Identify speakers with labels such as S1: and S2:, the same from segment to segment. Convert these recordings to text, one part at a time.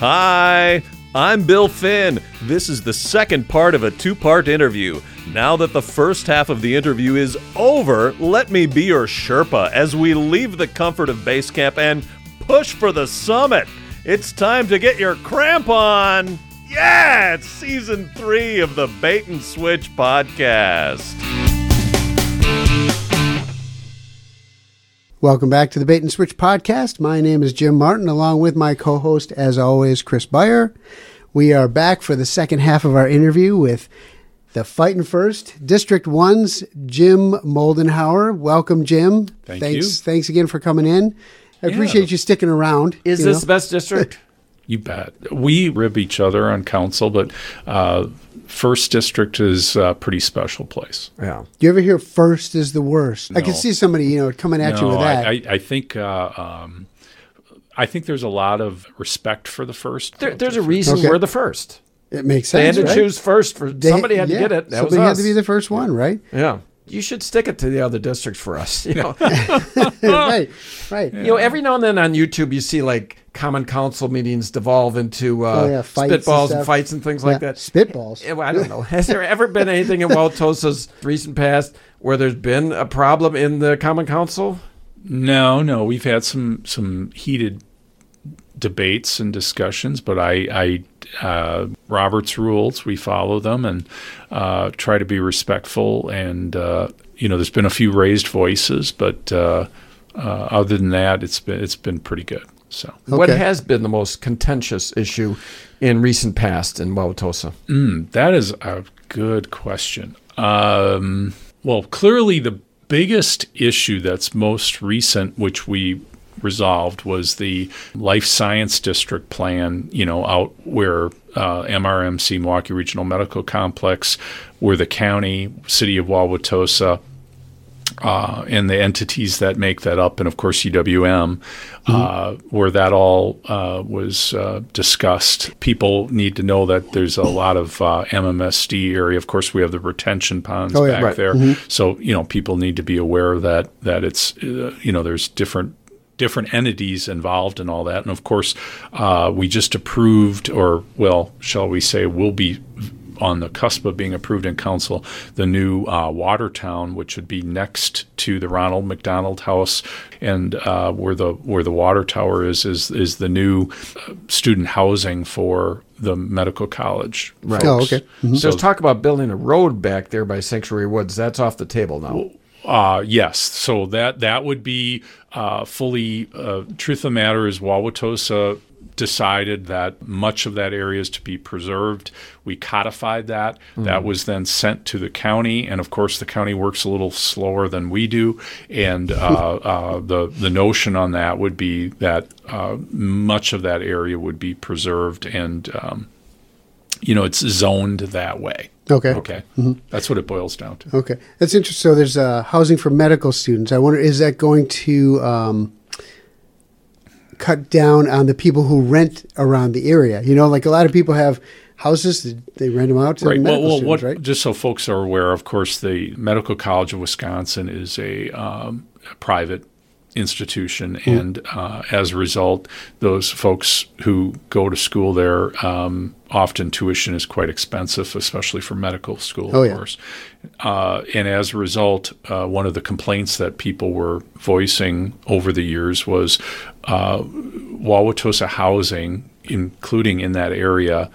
S1: Hi, I'm Bill Finn. This is the second part of a two part interview. Now that the first half of the interview is over, let me be your Sherpa as we leave the comfort of base camp and push for the summit. It's time to get your cramp on. Yeah, it's season three of the Bait and Switch podcast.
S2: Welcome back to the Bait and Switch podcast. My name is Jim Martin, along with my co host, as always, Chris Beyer. We are back for the second half of our interview with the Fightin' First District 1's Jim Moldenhauer. Welcome, Jim.
S3: Thank
S2: thanks,
S3: you.
S2: Thanks again for coming in. I appreciate you sticking around.
S4: Is
S2: you
S4: this
S2: know.
S4: the best district?
S3: You bet. We rib each other on council, but uh, first district is a pretty special place.
S2: Yeah. Do you ever hear first is the worst? I can
S3: No.
S2: see somebody, you know, coming at you with that.
S3: I, I, I think uh, um, I think there's a lot of respect for the first.
S4: There, there's a reason
S2: Okay.
S4: we're the first.
S2: it makes
S4: They
S2: sense.
S4: had to
S2: right?
S4: choose first for
S2: They-
S4: somebody had
S2: yeah,
S4: to get it. That was
S2: somebody had
S4: us.
S2: to be the first one, right?
S4: yeah. You should stick it to the other districts for us. You know, Ah!
S2: right, right.
S4: you know every now and then on YouTube you see like common council meetings devolve into uh,
S2: Oh, yeah, fights and
S4: spitballs and,
S2: stuff.
S4: fights and things
S2: Yeah,
S4: like that.
S2: Spitballs.
S4: Yeah, well, I don't know. Has there ever been anything in Wauwatosa's recent past where there's been a problem in the common council?
S3: No, no, we've had some some heated debates and discussions, but I, I uh, Robert's rules, we follow them and uh, try to be respectful. And uh, you know, there's been a few raised voices, but uh, uh, other than that, it's been it's been pretty good. So
S4: What
S2: Okay.
S4: has been the most contentious issue in recent past in Wauwatosa?
S2: Mm-hmm.
S3: That is a good question. Um, well, clearly the biggest issue that's most recent, which we resolved, was the life science district plan. You know, out where uh, MRMC Milwaukee Regional Medical Complex, where the county, city of Wauwatosa, uh, and the entities that make that up, and of course UWM,
S2: Mm-hmm.
S3: uh, where that all uh, was uh, discussed. People need to know that there's a lot of uh, MMSD area. Of course, we have the retention ponds
S2: Oh, yeah,
S3: back
S2: right.
S3: there, so you know people need to be aware of that that it's uh, you know there's different different entities involved in all that. And of course, uh, we just approved, or well, shall we say, will be on the cusp of being approved in council, the new uh, Watertown, which would be next to the Ronald McDonald House, and uh, where the where the water tower is is is the new uh, student housing for the medical college. Right.
S2: Oh, okay.
S4: So Mm-hmm. there's talk about building a road back there by Sanctuary Woods. That's off the table now.
S3: Uh, yes. So that that would be uh, fully. Uh, truth of the matter is, Wauwatosa decided that much of that area is to be preserved. We codified that. That was then sent to the county, and of course, the county works a little slower than we do. And uh, uh, the the notion on that would be that uh, much of that area would be preserved, and um, you know, it's zoned that way.
S2: Okay.
S3: Okay, that's what it boils down to.
S2: Okay, that's interesting. So there's uh, housing for medical students. I wonder is that going to um, cut down on the people who rent around the area? You know, like a lot of people have houses that they rent them out to
S3: right.
S2: medical
S3: well, well,
S2: students,
S3: what,
S2: right?
S3: Just so folks are aware, of course, the Medical College of Wisconsin is a um, a private institution,
S2: Hmm.
S3: and uh, as a result, those folks who go to school there um, often tuition is quite expensive, especially for medical school, of
S2: Oh, yeah.
S3: course. Uh, and as a result, uh, one of the complaints that people were voicing over the years was uh, Wauwatosa housing, including in that area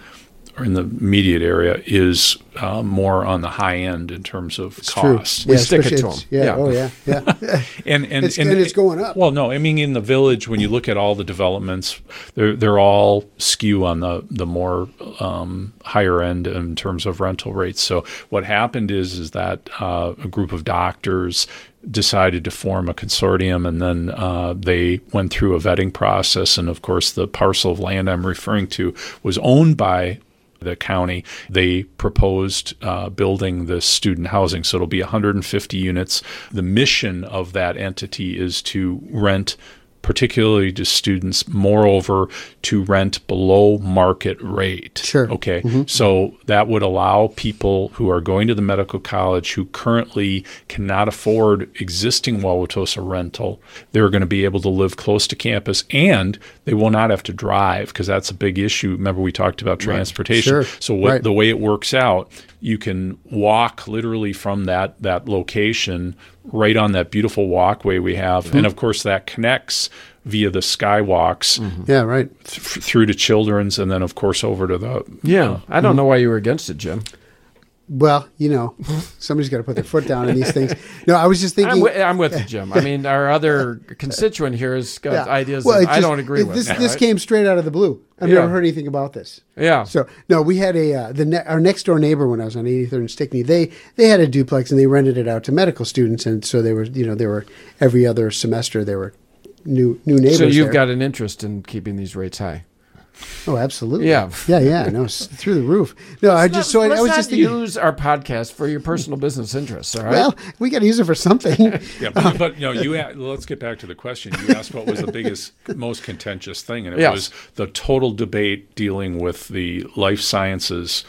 S3: or in the immediate area, is uh, more on the high end in terms of cost.
S2: True.
S4: We stick it
S2: especially
S4: to
S2: it's-
S4: 'em.
S2: Yeah,
S4: Yeah.
S2: Oh yeah. Yeah.
S3: And and
S2: It's- and it's going up.
S3: Well, no, I mean in the village, when you look at all the developments, they're they're all skew on the the more um, higher end in terms of rental rates. So what happened is is that uh, a group of doctors decided to form a consortium, and then uh, they went through a vetting process. And of course, the parcel of land I'm referring to was owned by the county, they proposed uh, building the student housing. So it'll be 150 units. The mission of that entity is to rent particularly to students, moreover, to rent below market rate.
S2: Sure.
S3: Okay. So that would allow people who are going to the medical college who currently cannot afford existing Wauwatosa rental, they're going to be able to live close to campus and they will not have to drive because that's a big issue. Remember, we talked about transportation.
S2: Sure.
S3: So what
S2: Right.
S3: the way it works out, you can walk literally from that that location right on that beautiful walkway we have,
S2: Mm-hmm.
S3: and of course that connects via the skywalks
S2: Yeah, right.
S3: th- through to Children's, and then of course over to the
S4: Yeah, I don't know why you were against it, Jim.
S2: Well, you know, somebody's got to put their foot down in these things. No, I was just
S4: I'm,
S2: thinking.
S4: wi- I'm with you, Jim. I mean, our other constituent here has got
S2: yeah.
S4: ideas
S2: Well,
S4: that
S2: it
S4: I
S2: just-
S4: don't agree
S2: it-
S4: with.
S2: This,
S4: right?
S2: this came straight out of the blue. I've
S4: Yeah.
S2: never heard anything about this.
S4: yeah.
S2: So no, we had a uh, the ne- our next door neighbor when I was on 83rd and Stickney. They they had a duplex and they rented it out to medical students, and so they were you know they were every other semester there were new new neighbors.
S4: so you've
S2: there.
S4: got an interest in keeping these rates high.
S2: oh absolutely
S4: Yeah.
S2: yeah yeah no s- through the roof. No, I just so I, I
S4: Let's
S2: was
S4: not
S2: just thinking.
S4: use our podcast for your personal business interests. All right.
S2: Well, we got to use it for something.
S3: yeah.
S4: Uh,
S3: But, but no, you a- let's get back to the question. You asked what was the biggest, most contentious thing, and it
S4: Yes.
S3: was the total debate dealing with the life sciences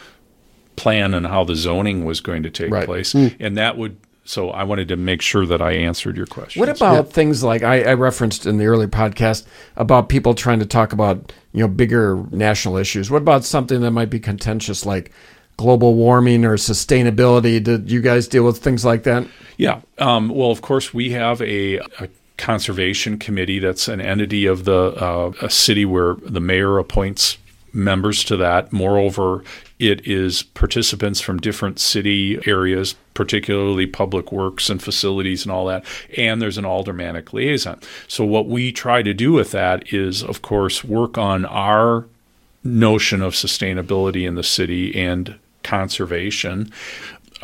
S3: plan and how the zoning was going to take
S4: Right. Mm.
S3: place, and that would. So I wanted to make sure that I answered your question.
S4: What about things like I, I referenced in the early podcast about people trying to talk about you know bigger national issues? What about something that might be contentious like global warming or sustainability? Did you guys deal with things like that?
S3: Yeah. Um, well, of course, we have a, a conservation committee that's an entity of the uh, a city where the mayor appoints members to that. Moreover, it is participants from different city areas, particularly public works and facilities and all that. And there's an aldermanic liaison. So, what we try to do with that is, of course, work on our notion of sustainability in the city and conservation.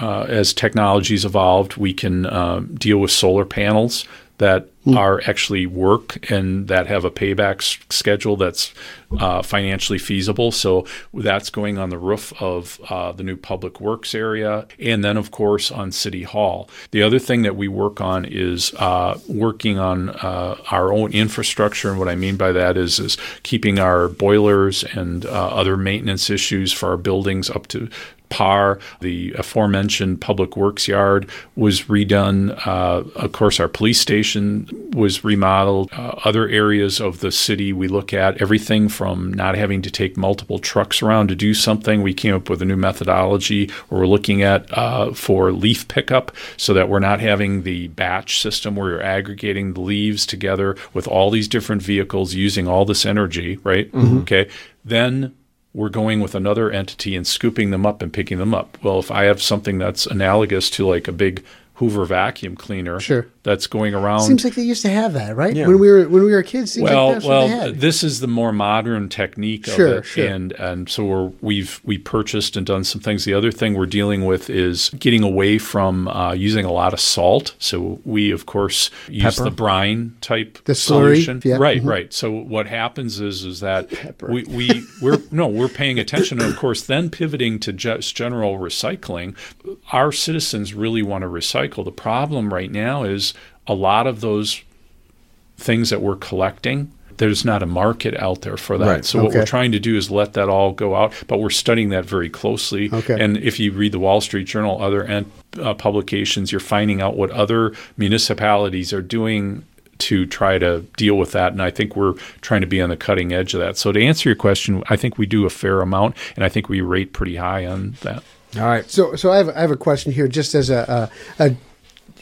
S3: Uh, as technology's evolved, we can um, deal with solar panels that are actually work and that have a payback s- schedule that's uh, financially feasible. So that's going on the roof of uh, the new public works area, and then of course on City Hall. The other thing that we work on is uh, working on uh, our own infrastructure, and what I mean by that is is keeping our boilers and uh, other maintenance issues for our buildings up to par. The aforementioned public works yard was redone. Uh, of course, our police station was remodeled. Uh, other areas of the city we look at everything from not having to take multiple trucks around to do something. We came up with a new methodology where we're looking at uh, for leaf pickup so that we're not having the batch system where you're aggregating the leaves together with all these different vehicles using all this energy, right? Okay. Then we're going with another entity and scooping them up and picking them up. Well, if I have something that's analogous to like a big Hoover vacuum cleaner
S2: Sure.
S3: that's going around
S2: Seems like they used to have that, right? When we were when we were kids, seems
S3: well,
S2: like that's
S3: well,
S2: what they had.
S3: this is the more modern technique
S2: Sure,
S3: of it,
S2: sure.
S3: and and so we're, we've we purchased and done some things. The other thing we're dealing with is getting away from uh, using a lot of salt. So we of course use
S4: Pepper.
S3: the brine type
S2: The slurry,
S3: solution,
S2: yeah, mm-hmm.
S3: right? Right. So what happens is is that we we we're no we're paying attention, and of course then pivoting to just general recycling. Our citizens really want to recycle. The problem right now is a lot of those things that we're collecting. There's not a market out there for that.
S4: Right,
S3: So what we're
S2: okay.
S3: trying to do is let that all go out, but we're studying that very closely.
S2: Okay.
S3: And if you read the Wall Street Journal, other en- uh, publications, you're finding out what other municipalities are doing to try to deal with that. And I think we're trying to be on the cutting edge of that. So to answer your question, I think we do a fair amount, and I think we rate pretty high on that.
S4: All right.
S2: So, so I have, I have a question here, just as a, a, a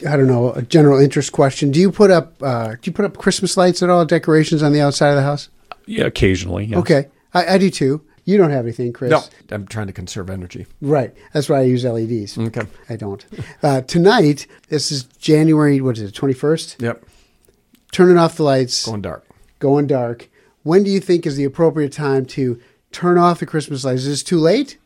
S2: I don't know, a general interest question. Do you put up uh, do you put up Christmas lights at all, decorations on the outside of the house?
S3: Yeah, occasionally. yes.
S2: Okay, I, I do too. You don't have anything, Chris.
S4: No, I'm trying to conserve energy.
S2: Right. That's why I use LEDs.
S4: Okay.
S2: I don't. Uh, tonight, this is January. What is it? Twenty first.
S4: Yep.
S2: Turning off the lights.
S4: Going dark.
S2: going dark. When do you think is the appropriate time to turn off the Christmas lights? Is this too late?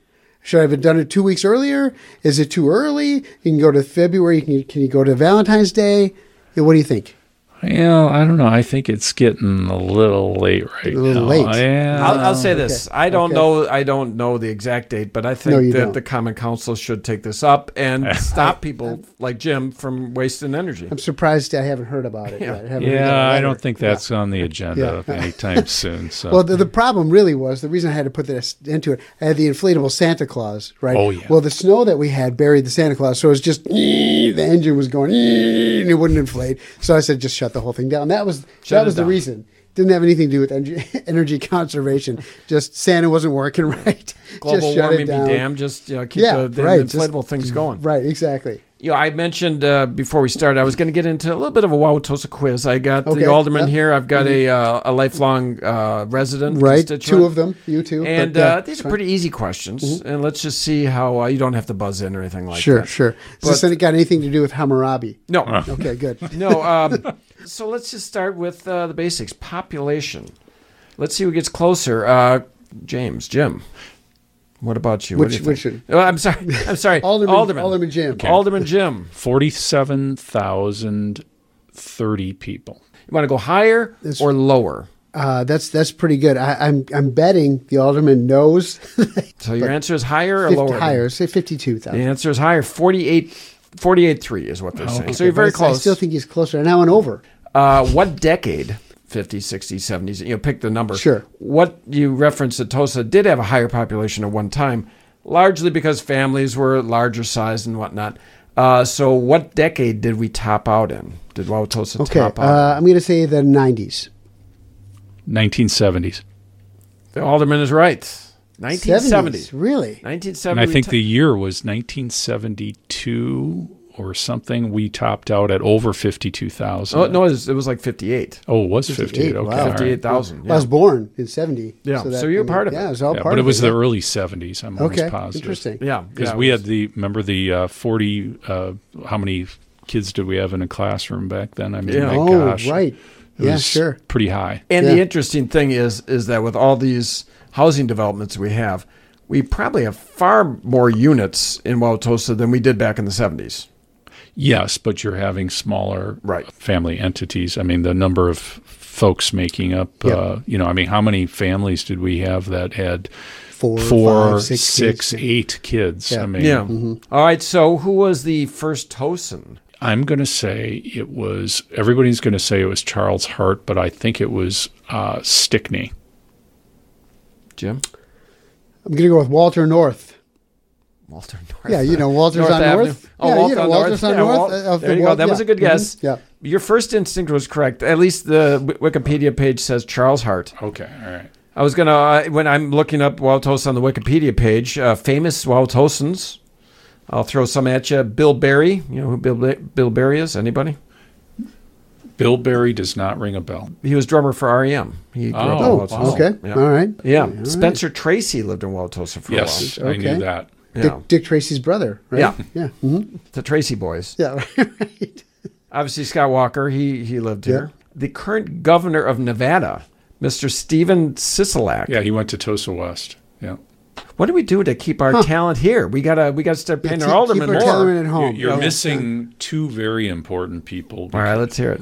S2: Should I have done it two weeks earlier? Is it too early? You can go to February. You can, can you go to Valentine's Day? Yeah, What do you think?
S3: Well, I don't know. I think it's getting a little late right
S2: A little
S3: now.
S2: late.
S3: Yeah.
S4: I'll, I'll say this: I don't
S2: Uh, Okay.
S4: know. I don't know the exact date, but I think
S2: you
S4: that
S2: don't.
S4: the Common Council should take this up and stop people like Jim from wasting energy.
S2: I'm surprised I haven't heard about it. yet. I haven't read
S3: yeah,
S2: that
S3: I
S2: letter.
S3: don't think that's on the agenda
S2: Yeah.
S3: anytime soon. So
S2: Well, the, the problem really was the reason I had to put this into it. I had the inflatable Santa Claus, right?
S3: Oh, yeah.
S2: Well, the snow that we had buried the Santa Claus, so it was just the engine was going and it wouldn't inflate. So I said, just shut the whole thing down. That was
S4: Shut
S2: that
S4: it
S2: was the
S4: down.
S2: reason. Didn't have anything to do with energy, energy conservation. Just Santa wasn't working right.
S4: Global
S2: just shut
S4: warming
S2: it
S4: be
S2: down.
S4: damned. Just you know, keep
S2: Yeah,
S4: the, the
S2: right, just-
S4: inflatable things going.
S2: Right, exactly.
S4: You know, I mentioned uh, before we started, I was going to get into a little bit of a Wauwatosa quiz. I got
S2: Okay,
S4: the alderman
S2: yeah.
S4: here. I've got a uh, a lifelong uh, resident,
S2: Right,
S4: constituent.
S2: two of them. You two, but
S4: And
S2: yeah,
S4: uh,
S2: fine.
S4: these
S2: Mm-hmm.
S4: are pretty easy questions, and let's just see how uh, you don't have to buzz in or anything like
S2: sure,
S4: that.
S2: sure. Has this
S4: But-
S2: any- got anything to do with Hammurabi?
S4: No,
S2: Okay, good.
S4: no. Um, so let's just start with uh, the basics. Population. Let's see who gets closer. Uh, James, Jim. What about you? What do
S2: Which-
S4: you think?
S2: which should-
S4: Oh, I'm sorry. I'm sorry.
S2: Alderman-
S4: Alderman.
S2: Alderman Jim. Okay.
S4: Alderman Jim.
S3: forty-seven thousand thirty people.
S4: You want to go higher
S2: This-
S4: or lower?
S2: Uh, that's that's pretty good. I, I'm I'm betting the alderman knows
S4: So your answer is higher or
S2: 50
S4: lower?
S2: higher. Say fifty two
S4: The
S2: thousand.
S4: answer is higher. 48, 48.3 is
S2: Oh,
S4: what they're saying. So you're very
S2: I
S4: close.
S2: still think he's closer now and over.
S4: Uh, what decade? 50s, 60s, 70s, you know, pick the number.
S2: Sure.
S4: What you referenced that Tulsa did have a higher population at one time, largely because families were larger size and whatnot. Uh, so what decade did we top out in? Did Wauwatosa
S2: Okay,
S4: top out?
S2: uh, I'm going to say the nineties.
S3: Nineteen seventies.
S4: the alderman is right. 1970.
S2: really?
S4: 1970.
S3: And I think
S4: we
S3: the year was nineteen seventy-two or something. We topped out at over fifty-two thousand.
S4: to- oh, no, it was, it was like 58.
S3: Oh, it was fifty-eight. Okay.
S2: wow.
S3: all right.
S4: 58,000.
S2: Well, I was born in seventy.
S4: Yeah, so you're part of it.
S2: Yeah, it was all
S3: Yeah,
S2: part
S3: but it
S2: of
S3: was
S2: it.
S3: the early seventies. I'm
S2: okay,
S3: almost positive.
S2: interesting.
S4: yeah.
S3: because
S4: yeah,
S3: we
S4: it
S3: had
S4: was-
S3: the remember the uh, forty. Uh, how many kids did we have in a classroom back then? I mean,
S4: Yeah.
S3: my
S2: oh,
S3: gosh,
S2: right.
S3: it
S2: Yeah,
S3: was
S2: sure.
S3: pretty high.
S4: And
S2: Yeah.
S4: the interesting thing is, is that with all these housing developments we have, we probably have far more units in Wauwatosa than we did back in the seventies.
S3: Yes, but you're having smaller
S4: Right.
S3: family entities. I mean, the number of folks making up.
S2: Yeah.
S3: Uh, you know, I mean, how many families did we have that had
S2: Four,
S3: four,
S2: five,
S3: six, eight
S2: six kids.
S3: kids?
S2: Yeah.
S3: I mean,
S2: Mm-hmm.
S4: All right. So who was the first Tosin?
S3: I'm going to say it was. Everybody's going to say it was Charles Hart, but I think it was uh, Stickney.
S4: Jim
S2: I'm going to go with Walter North.
S4: Walter North.
S2: Yeah, you know Walter's on
S4: Avenue.
S2: North.
S4: Oh,
S2: yeah,
S4: Walter
S2: you know
S4: on
S2: Walter's
S4: North.
S2: on
S4: Yeah,
S2: North.
S4: Walt-
S2: uh, of
S4: there
S2: the
S4: you go.
S2: Walt-
S4: That
S2: yeah.
S4: was a good guess.
S2: Mhm, Yeah.
S4: Your first instinct was correct. At least the Wi- Wikipedia page says Charles Hart.
S3: Okay, all right.
S4: I was gonna uh, when I'm looking up Wauwatosa on the Wikipedia page. Uh, famous Wauwatosans. I'll throw some at you. Bill Berry. You know who Bill Ba- Bill Berry is? Anybody?
S3: Bill Berry does not ring a bell.
S4: He was drummer for REM. He grew up in
S3: Oh,
S4: Wauwatosa.
S3: wow.
S2: Okay.
S4: Yeah.
S2: All right.
S4: Yeah.
S2: right.
S4: Spencer Tracy lived in Wauwatosa for
S3: Yes, I
S2: Okay.
S3: knew that.
S4: a while.
S2: Dick,
S4: Yeah.
S2: Dick Tracy's brother, right?
S4: Yeah.
S2: yeah, hmm
S4: The Tracy boys.
S2: yeah, right.
S4: Obviously Scott Walker. He he lived
S2: Yeah.
S4: here. The current governor of Nevada, Mr. Steven Sisolak.
S3: Yeah, he went to Tosa West. Yeah.
S4: What do we do to keep our talent here? We gotta we gotta start paying
S2: keep-
S4: our alderman
S2: keep our
S4: more.
S2: alderman at home.
S3: You're
S2: Oh, Yeah.
S3: missing two very important people
S4: All right, let's hear it.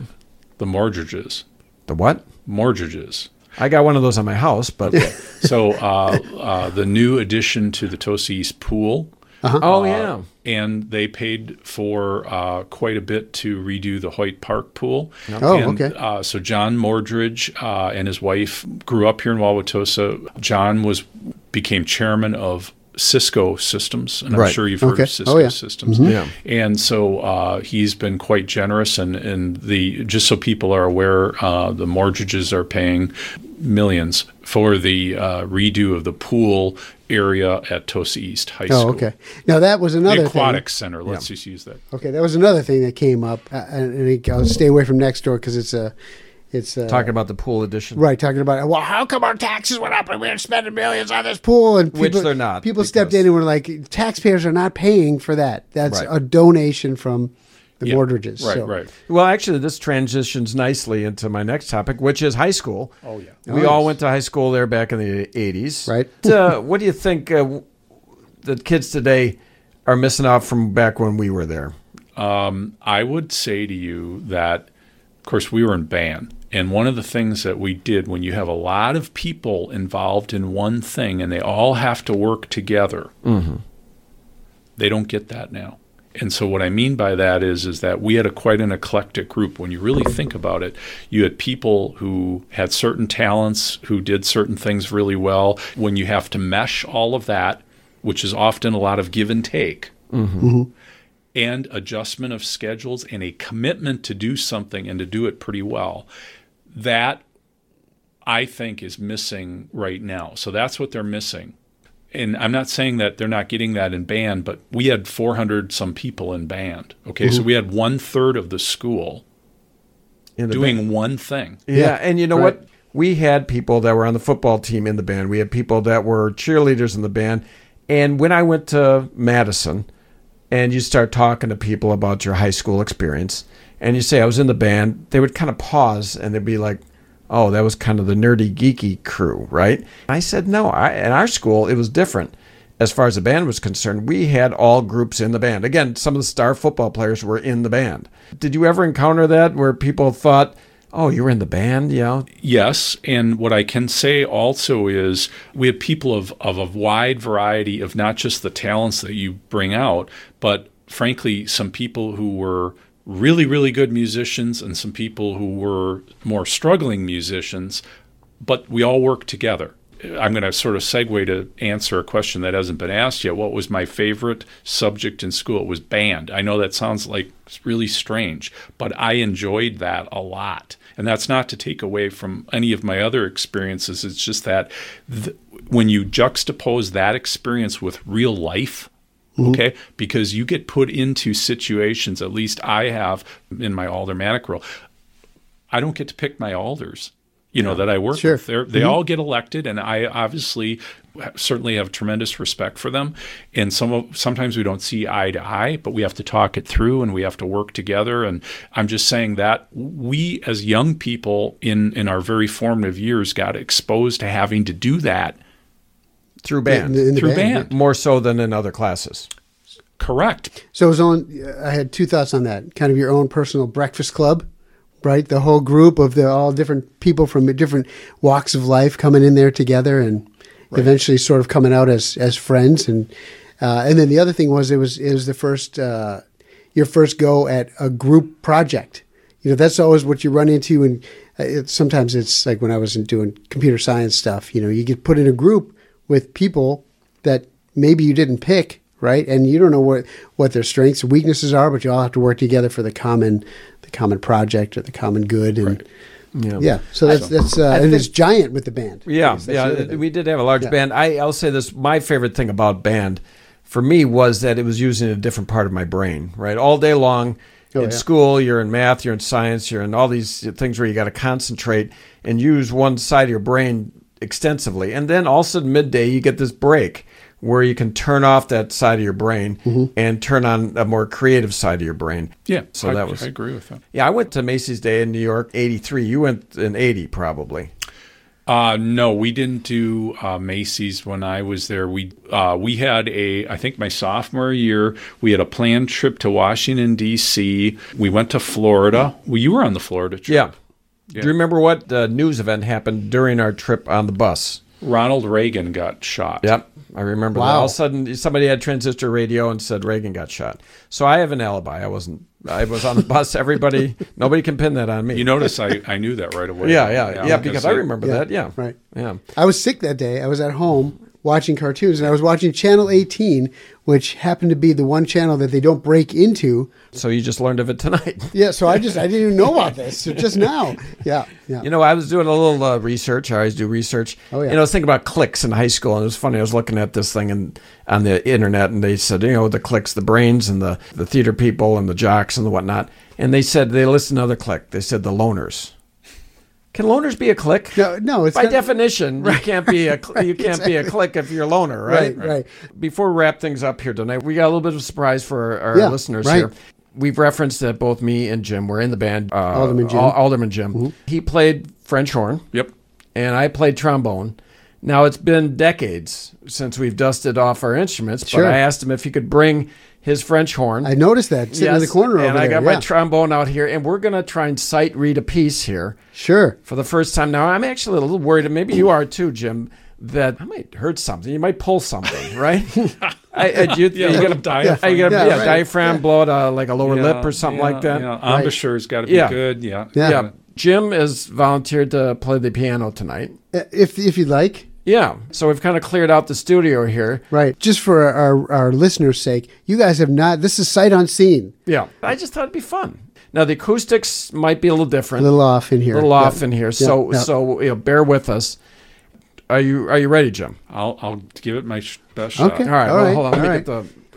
S3: the Mordridges.
S4: The what?
S3: Mordridges.
S4: I got one of those on my house, but
S3: So uh, uh, the new addition to the Tosa East pool.
S2: Uh-huh.
S4: oh yeah,
S3: And they paid for uh, quite a bit to redo the Hoyt Park pool.
S2: Oh,
S3: And,
S2: okay.
S3: Uh, so John Mordridge uh, and his wife grew up here in Wauwatosa. John was became chairman of Cisco Systems, and I'm
S4: Right.
S3: sure you've heard
S2: Okay.
S3: of Cisco
S2: Oh, yeah.
S3: Systems.
S4: Yeah.
S3: And so uh, he's been quite generous, and, and the just so people are aware, uh, the mortgages are paying millions for the uh, redo of the pool area at Tosa East High School.
S2: Oh, okay. Now that was another
S3: The
S2: thing.
S3: aquatic center. Let's just use that.
S2: Okay, that was another thing that came up, uh, and, and it- I'll stay away from next door because it's a, it's a,
S4: talking about the pool edition.
S2: right talking about well, how come our taxes went up and we're spending millions on this pool and
S4: Which they're not,
S2: People stepped
S4: because-
S2: in and were like, taxpayers are not paying for that. That's
S4: Right.
S2: a donation from the
S3: Yeah.
S2: mortgages.
S3: Right,
S2: So-
S3: right.
S4: Well, actually, this transitions nicely into my next topic, which is high school.
S3: Oh, yeah.
S4: we all went to high school there back in the '80s,
S2: Right.
S4: Uh, what do you think uh, w- the kids today are missing out from back when we were there?
S3: I would say to you that Of course, we were in Ban. And one of the things that we did when you have a lot of people involved in one thing and they all have to work together, they don't get that now. And so what I mean by that is is that we had a quite an eclectic group. When you really think about it, you had people who had certain talents, who did certain things really well. When you have to mesh all of that, which is often a lot of give and take, and adjustment of schedules and a commitment to do something and to do it pretty well. That I think is missing right now. So that's what they're missing. And I'm not saying that they're not getting that in band, but we had 400 some people in band. Okay. So we had one third of the school
S4: In the
S3: doing one thing.
S4: Yeah,
S2: Yeah,
S4: and you know
S2: right.
S4: what? We had people that were on the football team in the band. We had people that were cheerleaders in the band. And when I went to Madison, and you start talking to people about your high school experience, and you say I was in the band, they would kind of pause and they'd be like, "Oh, that was kind of the nerdy, geeky crew, right?" And I said, "No, I, in our school it was different." As far as the band was concerned, we had all groups in the band. Again, some of the star football players were in the band. Did you ever encounter that where people thought, Oh, you were in the band, yeah.
S3: Yes, and what I can say also is we had people of, of a wide variety of not just the talents that you bring out, but frankly, some people who were really, really good musicians and some people who were more struggling musicians, but we all worked together. I'm going to sort of segue to answer a question that hasn't been asked yet. What was my favorite subject in school? It was band. I know that sounds like really strange, but I enjoyed that a lot. And that's not to take away from any of my other experiences. It's just that th- when you juxtapose that experience with real life, okay because you get put into situations at least i have in my aldermanic role i don't get to pick my alders you know that i work
S2: Sure.
S3: with They're, they all get elected and i obviously ha- certainly have tremendous respect for them and some of, sometimes we don't see eye to eye but we have to talk it through and we have to work together and i'm just saying that we as young people in in our very formative years got exposed to having to do that
S4: Through band.
S2: in the
S3: through
S2: band, yeah.
S3: band
S4: More so than in other classes.
S3: correct
S2: So it was on. I had two thoughts on that. Kind of your own personal breakfast club, right? The whole group of the all different people from different walks of life coming in there together, and eventually sort of coming out as as friends. And uh, and then the other thing was it was it was the first uh, your first go at a group project. You know, that's always what you run into. And it, sometimes it's like when I was in doing computer science stuff. You know, you get put in a group with people that maybe you didn't pick, right? And you don't know what what their strengths and weaknesses are, but you all have to work together for the common the common project or the common good. And yeah. so that's that's uh, and it's giant with the band. I
S4: Yeah,
S2: guess that's the other
S4: yeah.
S2: thing.
S4: We did have a large band. I, I'll say this: my favorite thing about band, for me, was that it was using a different part of my brain. Right, all day long in
S2: Oh, yeah.
S4: school, you're in math, you're in science, you're in all these things where you got to concentrate and use one side of your brain extensively. And then all of a sudden, midday, you get this break where you can turn off that side of your brain
S2: Mm-hmm.
S4: and turn on a more creative side of your brain.
S3: yeah
S4: So
S3: I-
S4: that was-
S3: i agree with that
S4: Yeah, I went to Macy's Day in New York '83. You went in '80, probably.
S3: Uh, no, we didn't do uh, Macy's when I was there. We uh, we had a I think my sophomore year we had a planned trip to Washington D.C. We went to Florida. Well, you were on the Florida trip.
S4: Yeah. Do you remember what uh, news event happened during our trip on the bus?
S3: Ronald Reagan got shot.
S4: Yep, I remember. That.
S2: Wow.
S4: All of a sudden, somebody had transistor radio and said Reagan got shot. So I have an alibi. I wasn't. I was on the bus. Everybody, nobody can pin that on me.
S3: You notice I, I knew that right away.
S4: yeah, yeah, yeah. because I
S3: it-
S4: remember that. Yeah,
S2: right.
S4: Yeah.
S2: I was sick that day. I was at home watching cartoons, and I was watching Channel 18, which happened to be the one channel that they don't break into.
S4: So you just learned of it tonight.
S2: Yeah, so I just I didn't even know about this so just now. Yeah, yeah.
S4: You know, I was doing a little uh, research. I always do research.
S2: Oh, yeah.
S4: And I was thinking about clicks in high school, and it was funny. I was looking at this thing and, on the internet, and they said, you know, the clicks, the brains, and the, the theater people, and the jocks, and the whatnot. And they said they list another click. They said the loners. Can loners be a click?
S2: No, no, it's
S4: By
S2: not-
S4: definition, you can't be a cl- you can't be a click if you're a loner, right?
S2: Right, right.
S4: Before we wrap things up here tonight, we got a little bit of a surprise for our, our
S2: Yeah,
S4: listeners
S2: right.
S4: here. We've referenced that both me and Jim were in the band. Uh,
S2: Alderman Jim. Mm-hmm.
S4: Al- Alderman Jim. He played French horn
S3: Yep.
S4: and I played trombone. Now it's been decades since we've dusted off our instruments,
S2: Sure.
S4: but I asked him if he could bring his French horn.
S2: I noticed that sitting in the
S4: Yes,
S2: corner
S4: and
S2: over
S4: I
S2: there.
S4: got
S2: yeah.
S4: my trombone out here, and we're gonna try and sight read a piece here
S2: sure.
S4: for the first time. Now I'm actually a little worried, and maybe you are too, Jim. That I might hurt something. You might pull something, right? I, I, you,
S3: Yeah,
S4: you
S3: little
S4: gotta,
S3: diaphragm.
S4: I gotta,
S2: Yeah,
S4: yeah,
S2: right.
S4: diaphragm, blow out a, like a lower
S3: Yeah,
S4: lip or something
S3: yeah,
S4: like that.
S3: Yeah,
S2: Right.
S3: embouchure's got to be
S4: Yeah.
S3: good. Yeah.
S2: Yeah.
S4: yeah. Jim has volunteered to play the piano tonight.
S2: Uh, If if you'd like.
S4: Yeah. So we've kind of cleared out the studio here.
S2: Right. Just for our, our listeners' sake, you guys have not. This is sight unseen.
S4: Yeah. I just thought it'd be fun. Now the acoustics might be a little
S2: A
S4: different, a little,
S2: little off in here. Yeah.
S4: off in here. so
S2: yeah.
S4: so you know, bear with us. Are you are you ready, Jim?
S3: I'll I'll give it my sh- best
S2: Okay.
S3: shot.
S4: All right.
S2: All
S4: well,
S2: right,
S4: hold on. Let
S2: all
S4: me
S2: right.
S4: get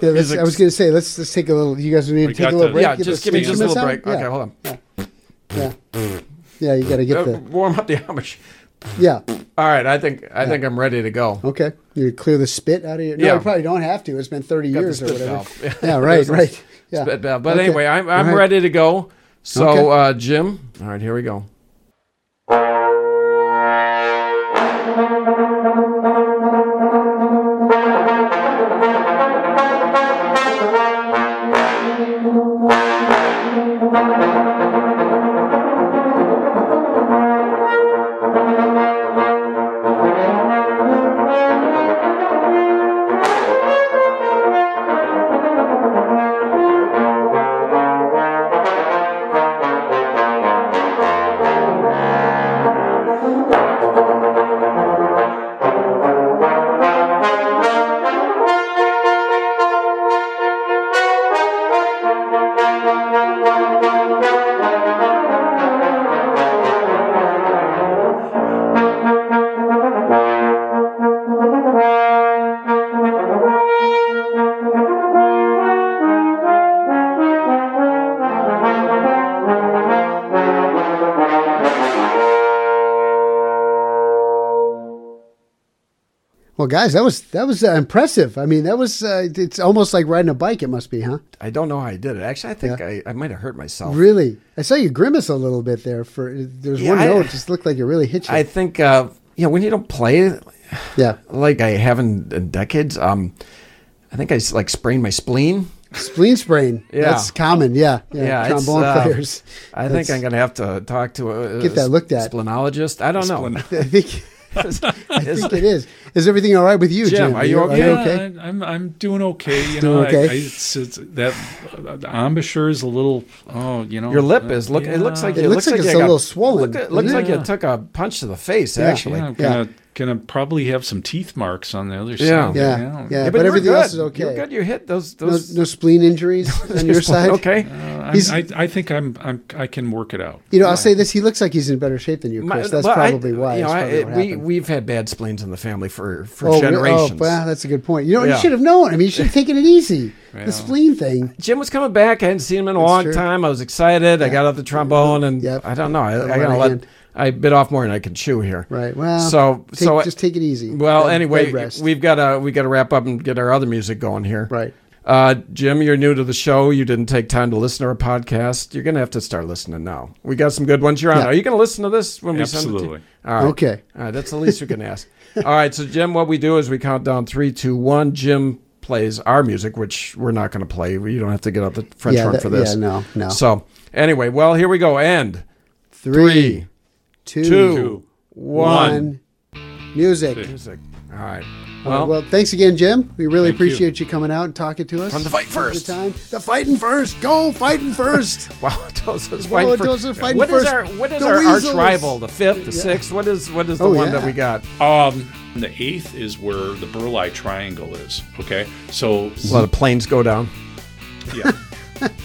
S4: the.
S2: Yeah, let's-
S4: music-
S2: I was going to say, let's let's take a little. You guys need to
S3: We
S2: take
S3: got
S2: a little
S3: the-
S2: break.
S4: yeah, just
S2: us
S4: give me
S2: some
S4: just a little
S2: minutes
S4: break.
S2: out.
S4: Okay,
S2: Yeah.
S4: hold on.
S2: Yeah, you got to get
S4: Uh,
S2: the.
S4: warm up the Amish.
S2: Yeah.
S4: All right, I think I think I'm ready to go.
S2: Okay. You clear the spit out of your. No,
S4: Yeah.
S2: you probably don't have to. It's been 30
S4: the
S2: years or
S4: spit
S2: whatever.
S4: valve.
S2: Yeah, right, right. Yeah.
S4: But, uh, but
S2: Okay.
S4: anyway, I'm
S2: All
S4: I'm
S2: right.
S4: ready to go. So
S2: Okay.
S4: uh, Jim, all right, here we go.
S2: Well, guys, that was that was uh, impressive. I mean, that was uh, it's almost like riding a bike. It must be, huh?
S4: I don't know how I did it. Actually, I think I, I might have hurt myself.
S2: Really, I saw you grimace a little bit there. For there's
S4: Yeah,
S2: one
S4: I-
S2: note, it just looked like it really hit you.
S4: I think uh, you know when you don't play
S2: yeah,
S4: like I haven't in decades. Um, I think I s- like sprained my spleen.
S2: spleen sprain.
S4: Yeah.
S2: that's common. Yeah, yeah.
S4: it's,
S2: trombone
S4: uh,
S2: players.
S4: I
S2: That's-
S4: think I'm gonna have to talk to a, a
S2: Get that looked at.
S4: Splenologist. I don't know.
S2: I think
S4: Is-
S2: I think it is. Is everything all right with you, Jim?
S4: Jim, are you okay?
S3: Yeah,
S2: okay?
S3: I, I'm I'm doing okay. You
S2: Doing
S3: know,
S2: okay.
S3: I, I, it's, it's that uh, the embouchure is a little. Oh, you know,
S4: your lip
S3: uh,
S4: is look. It looks like
S2: It
S4: you-
S2: looks like
S4: you
S2: it's a
S4: got-
S2: little swollen,
S4: Look, it looks
S2: doesn't
S4: like
S3: it?
S4: you took a punch to the face.
S2: Yeah.
S4: Actually,
S3: Yeah, I'm
S2: yeah.
S3: gonna gonna probably have some teeth marks on the other
S4: Yeah.
S3: side.
S2: Yeah, yeah. but
S4: you were
S2: everything
S4: good.
S2: else is okay.
S4: You're good. You hit those
S2: No,
S4: those.
S2: no spleen injuries on your side.
S4: Okay.
S3: Uh,
S2: He's-
S3: I, I I think I'm I'm I can work it out.
S2: You know, I'll say this: he looks like he's in better shape than you,
S4: My-
S2: Chris. That's
S4: well, I-
S2: probably why.
S4: You know,
S2: That's
S4: I-
S2: probably what
S4: we
S2: happened.
S4: we've had bad spleens in the family for for
S2: Oh, really?
S4: generations.
S2: Oh, well, that's a good point. You know,
S4: Yeah.
S2: you should have known. I mean, you should have taken it easy. The spleen thing.
S4: Jim was coming back. I hadn't seen him in a long
S2: true.
S4: time. I was excited. I got out the trombone, and
S2: Yep.
S4: I don't know. I, I
S2: out
S4: gotta
S2: of
S4: let.
S2: hand.
S4: I bit off more than I can chew here.
S2: Right. Well.
S4: So-
S2: take,
S4: so I-
S2: just take it easy.
S4: Well,
S2: Bed-
S4: anyway,
S2: bed rest.
S4: we've got to we got to wrap up and get our other music going here.
S2: right.
S4: Uh, Jim, you're new to the show. You didn't take time to listen to our podcast. You're gonna have to start listening now. We got some good ones. You're on.
S2: Yeah.
S4: Are you gonna listen to this when we send it?
S3: Absolutely.
S4: To you? All right.
S2: Okay.
S4: All right. That's the least we can ask. All right. So Jim, what we do is we count down three, two, one. Jim plays our music, which we're not gonna play. You don't have to get out the French
S2: Yeah,
S4: horn
S2: that-
S4: for this.
S2: yeah, no, no.
S4: So anyway, well, here we go. And
S2: Three, two,
S4: two, one.
S3: Two, one.
S2: Music.
S4: Music. All right.
S2: Well,
S4: Well,
S2: thanks again, Jim. We really
S3: Thank you.
S2: appreciate you. coming out and talking to us.
S4: From the fight
S2: Take your
S4: first.
S2: time. The fighting first. Go fighting first.
S4: Wow, Tosa's fighting
S2: Wow,
S4: for-
S2: Tosa's fighting
S4: What is
S2: first.
S4: our what is
S2: The
S4: our arch
S2: Weasels.
S4: rival? The fifth, the sixth? What is what is the
S2: Oh,
S4: one
S2: yeah.
S4: that we got?
S3: Um, the eighth is where the Burleigh Triangle is. Okay, so
S4: A lot of planes go down.
S3: yeah.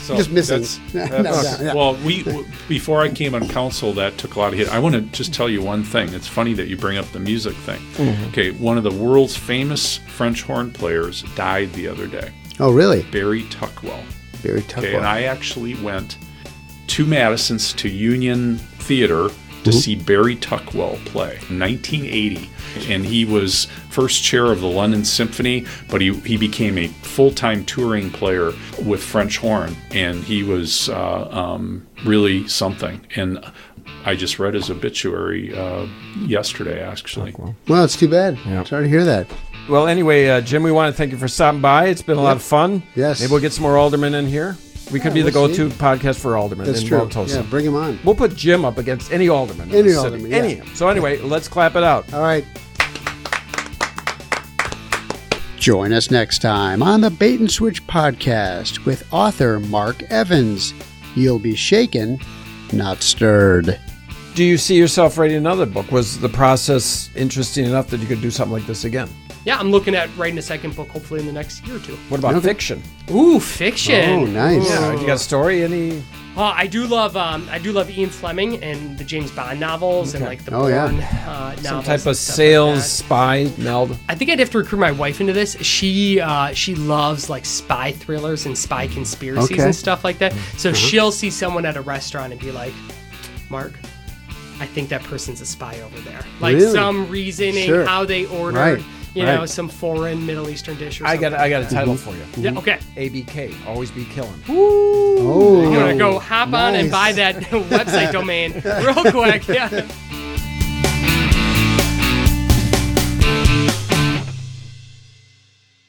S3: So
S2: Just missing. No,
S3: That's,
S2: no,
S3: that's-
S2: no, no.
S3: Well, we w- before I came on council, that took a lot of hit. I want to just tell you one thing. It's funny that you bring up the music thing. Okay, one of the world's famous French horn players died the other day,
S2: Oh, really?
S3: Barry Tuckwell.
S2: Very tough.
S3: Okay, and I actually went to Madison's to Union Theater to see Barry Tuckwell play in 1980. And he was first chair of the London Symphony, but he, he became a full time touring player with French horn. And he was uh, um, really something. And I just read his obituary uh, yesterday, actually.
S2: Well, it's too bad.
S4: Yeah.
S2: Sorry to hear that.
S4: Well, anyway, uh, Jim, we want to thank you for stopping by. It's been a lot of fun.
S2: Yes.
S4: Maybe we'll get some more aldermen in here. We could be
S2: Yeah,
S4: the
S2: we'll
S4: go-to
S2: see.
S4: podcast for aldermen
S2: That's
S4: in
S2: true.
S4: Wauwatosa.
S2: Yeah, bring him on.
S4: We'll put Jim up against any alderman. in
S2: Any
S4: the city.
S2: alderman, yeah.
S4: Any of 'em. So anyway, let's clap it out.
S2: All right. Join us next time on the Bait and Switch podcast with author Mark Evans. You'll be shaken, not stirred.
S4: Do you see yourself writing another book? Was the process interesting enough that you could do something like this again?
S5: Yeah, I'm looking at writing a second book hopefully in the next year or two.
S4: What about fiction?
S5: Ooh, fiction.
S2: Oh, nice.
S4: Yeah, you got a story? Any?
S5: Uh, I do love um, I do love Ian Fleming and the James Bond novels and like the
S2: Oh, yeah.
S5: Bourne uh, novels.
S4: Some
S5: and
S4: type
S5: stuff like
S4: of sales
S5: that.
S4: spy meld?
S5: I think I'd have to recruit my wife into this. She uh, she loves like spy thrillers and spy conspiracies
S2: Okay.
S5: and stuff like that. So
S4: Uh-huh.
S5: she'll see someone at a restaurant and be like, "Mark, I think that person's a spy over there." Like
S2: Really?
S5: some reasoning
S2: Sure.
S5: how they ordered,
S2: Right,
S5: you know,
S4: right.
S5: some foreign Middle Eastern dish or
S4: I
S5: something.
S4: got, I got a
S5: like
S4: title for you.
S5: that. Yeah, okay.
S4: ABK, always be killing.
S2: Oh,
S5: I'm gonna go hop on and
S2: nice.
S5: buy that website domain real quick. Yeah.